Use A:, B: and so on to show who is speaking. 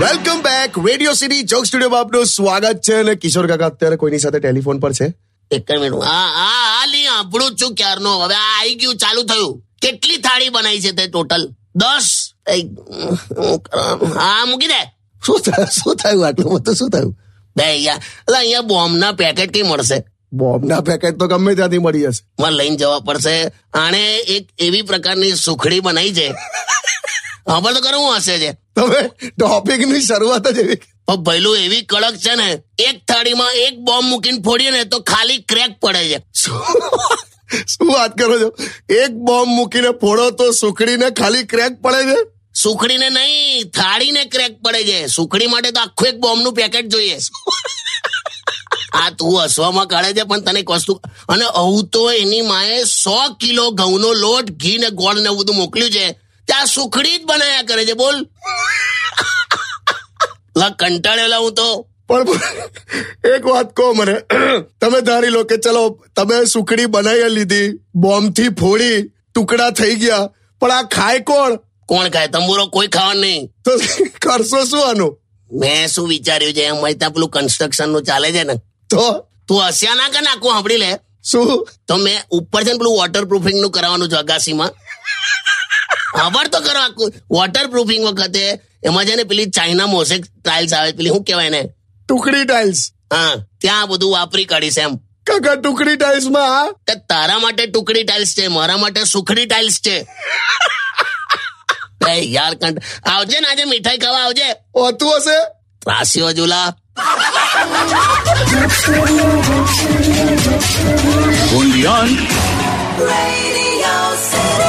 A: Welcome back Radio City joke studio માં આપનું સ્વાગત છે અને કિશોર કાકા અત્યારે કોઈની સાથે ટેલિફોન પર છે
B: એક જ મિનિટ હા હા હા લી સાંભળું જ છું ક્યારનો હવે આ આવી ગયું ચાલુ થયું કેટલી થાળી બનાવી છે તે ટોટલ દસ એક, હું કરવાનું? હા મૂકી દે
A: શું થયું શું થયું આટલું બધું શું થયું
B: બે અહીંયા અલા અહીંયા બોમ્બના પેકેટ કઈ મળશે
A: બોમ્બના પેકેટ તો ગમે ત્યાંથી મળી જશે
B: મારે લઈને જવા પડશે આણે એક એવી પ્રકારની સુખડી બનાવી છે ખબર તો કરું હું હશે છે
A: તમે ટોપિક ની શરૂઆત જ એવી
B: પણ ભઈલું એવી કડક છે ને એક થાળીમાં એક બોમ્બ મૂકીને ફોડીએ ને તો ખાલી ક્રેક પડે છે
A: શું વાત કરો છો એક બોમ્બ મૂકીને ફોડો તો સુખડીને ખાલી ક્રેક પડે છે
B: સુખડીને નહીં થાળીને ક્રેક પડે છે સુખડી માટે તો આખું એક બોમ્બનું પેકેટ જોઈએ આ તું હસવામાં કાઢે છે પણ તને એક વસ્તુ અને આવું તો એની માએ સો કિલો ઘઉંનો લોટ ઘી ને ગોળ ને એવું બધું મોકલ્યું છે ત્યાં સુખડી જ બનાયા કરે છે બોલ લા કંટાળેલા હું તો
A: પણ એક વાત કહો મને તમે ધારી લો કે ચલો તમે સુખડી બનાવી લીધી બોમ્બ થી ફોડી ટુકડા થઈ ગયા પણ આ ખાય કોણ
B: કોણ ખાય તંબુરો કોઈ ખાવાનું નહીં
A: તો કરશો શું આનું
B: મેં શું વિચાર્યું છે એમ ત્યાં પેલું કન્સ્ટ્રક્શન નું ચાલે છે ને
A: તો
B: તું હસ્યા ના કે નાખું સાંભળી લે
A: શું
B: તો મેં ઉપર છે ને પેલું વોટર પ્રૂફિંગ નું કરાવવાનું છે અગાસીમાં ખબર તો કરો આખું વોટર પ્રૂફિંગ વખતે એમાં છે ને પેલી ચાઇના મોઝેક ટાઇલ્સ આવે પેલી શું કહેવાય ને
A: ટુકડી ટાઇલ્સ
B: હા ત્યાં આ બધું વાપરી કાઢીશ એમ
A: કાકા ટુકડી ટાઇલ્સ માં આ
B: તે તારા માટે ટુકડી ટાઇલ્સ છે મારા માટે સુખડી ટાઇલ્સ છે એ યાર કંટ આવજે ને આજે મીઠાઈ ખાવા આવજે
A: હોતું હશે
B: ત્રાસીઓ જુલા
C: Radio City.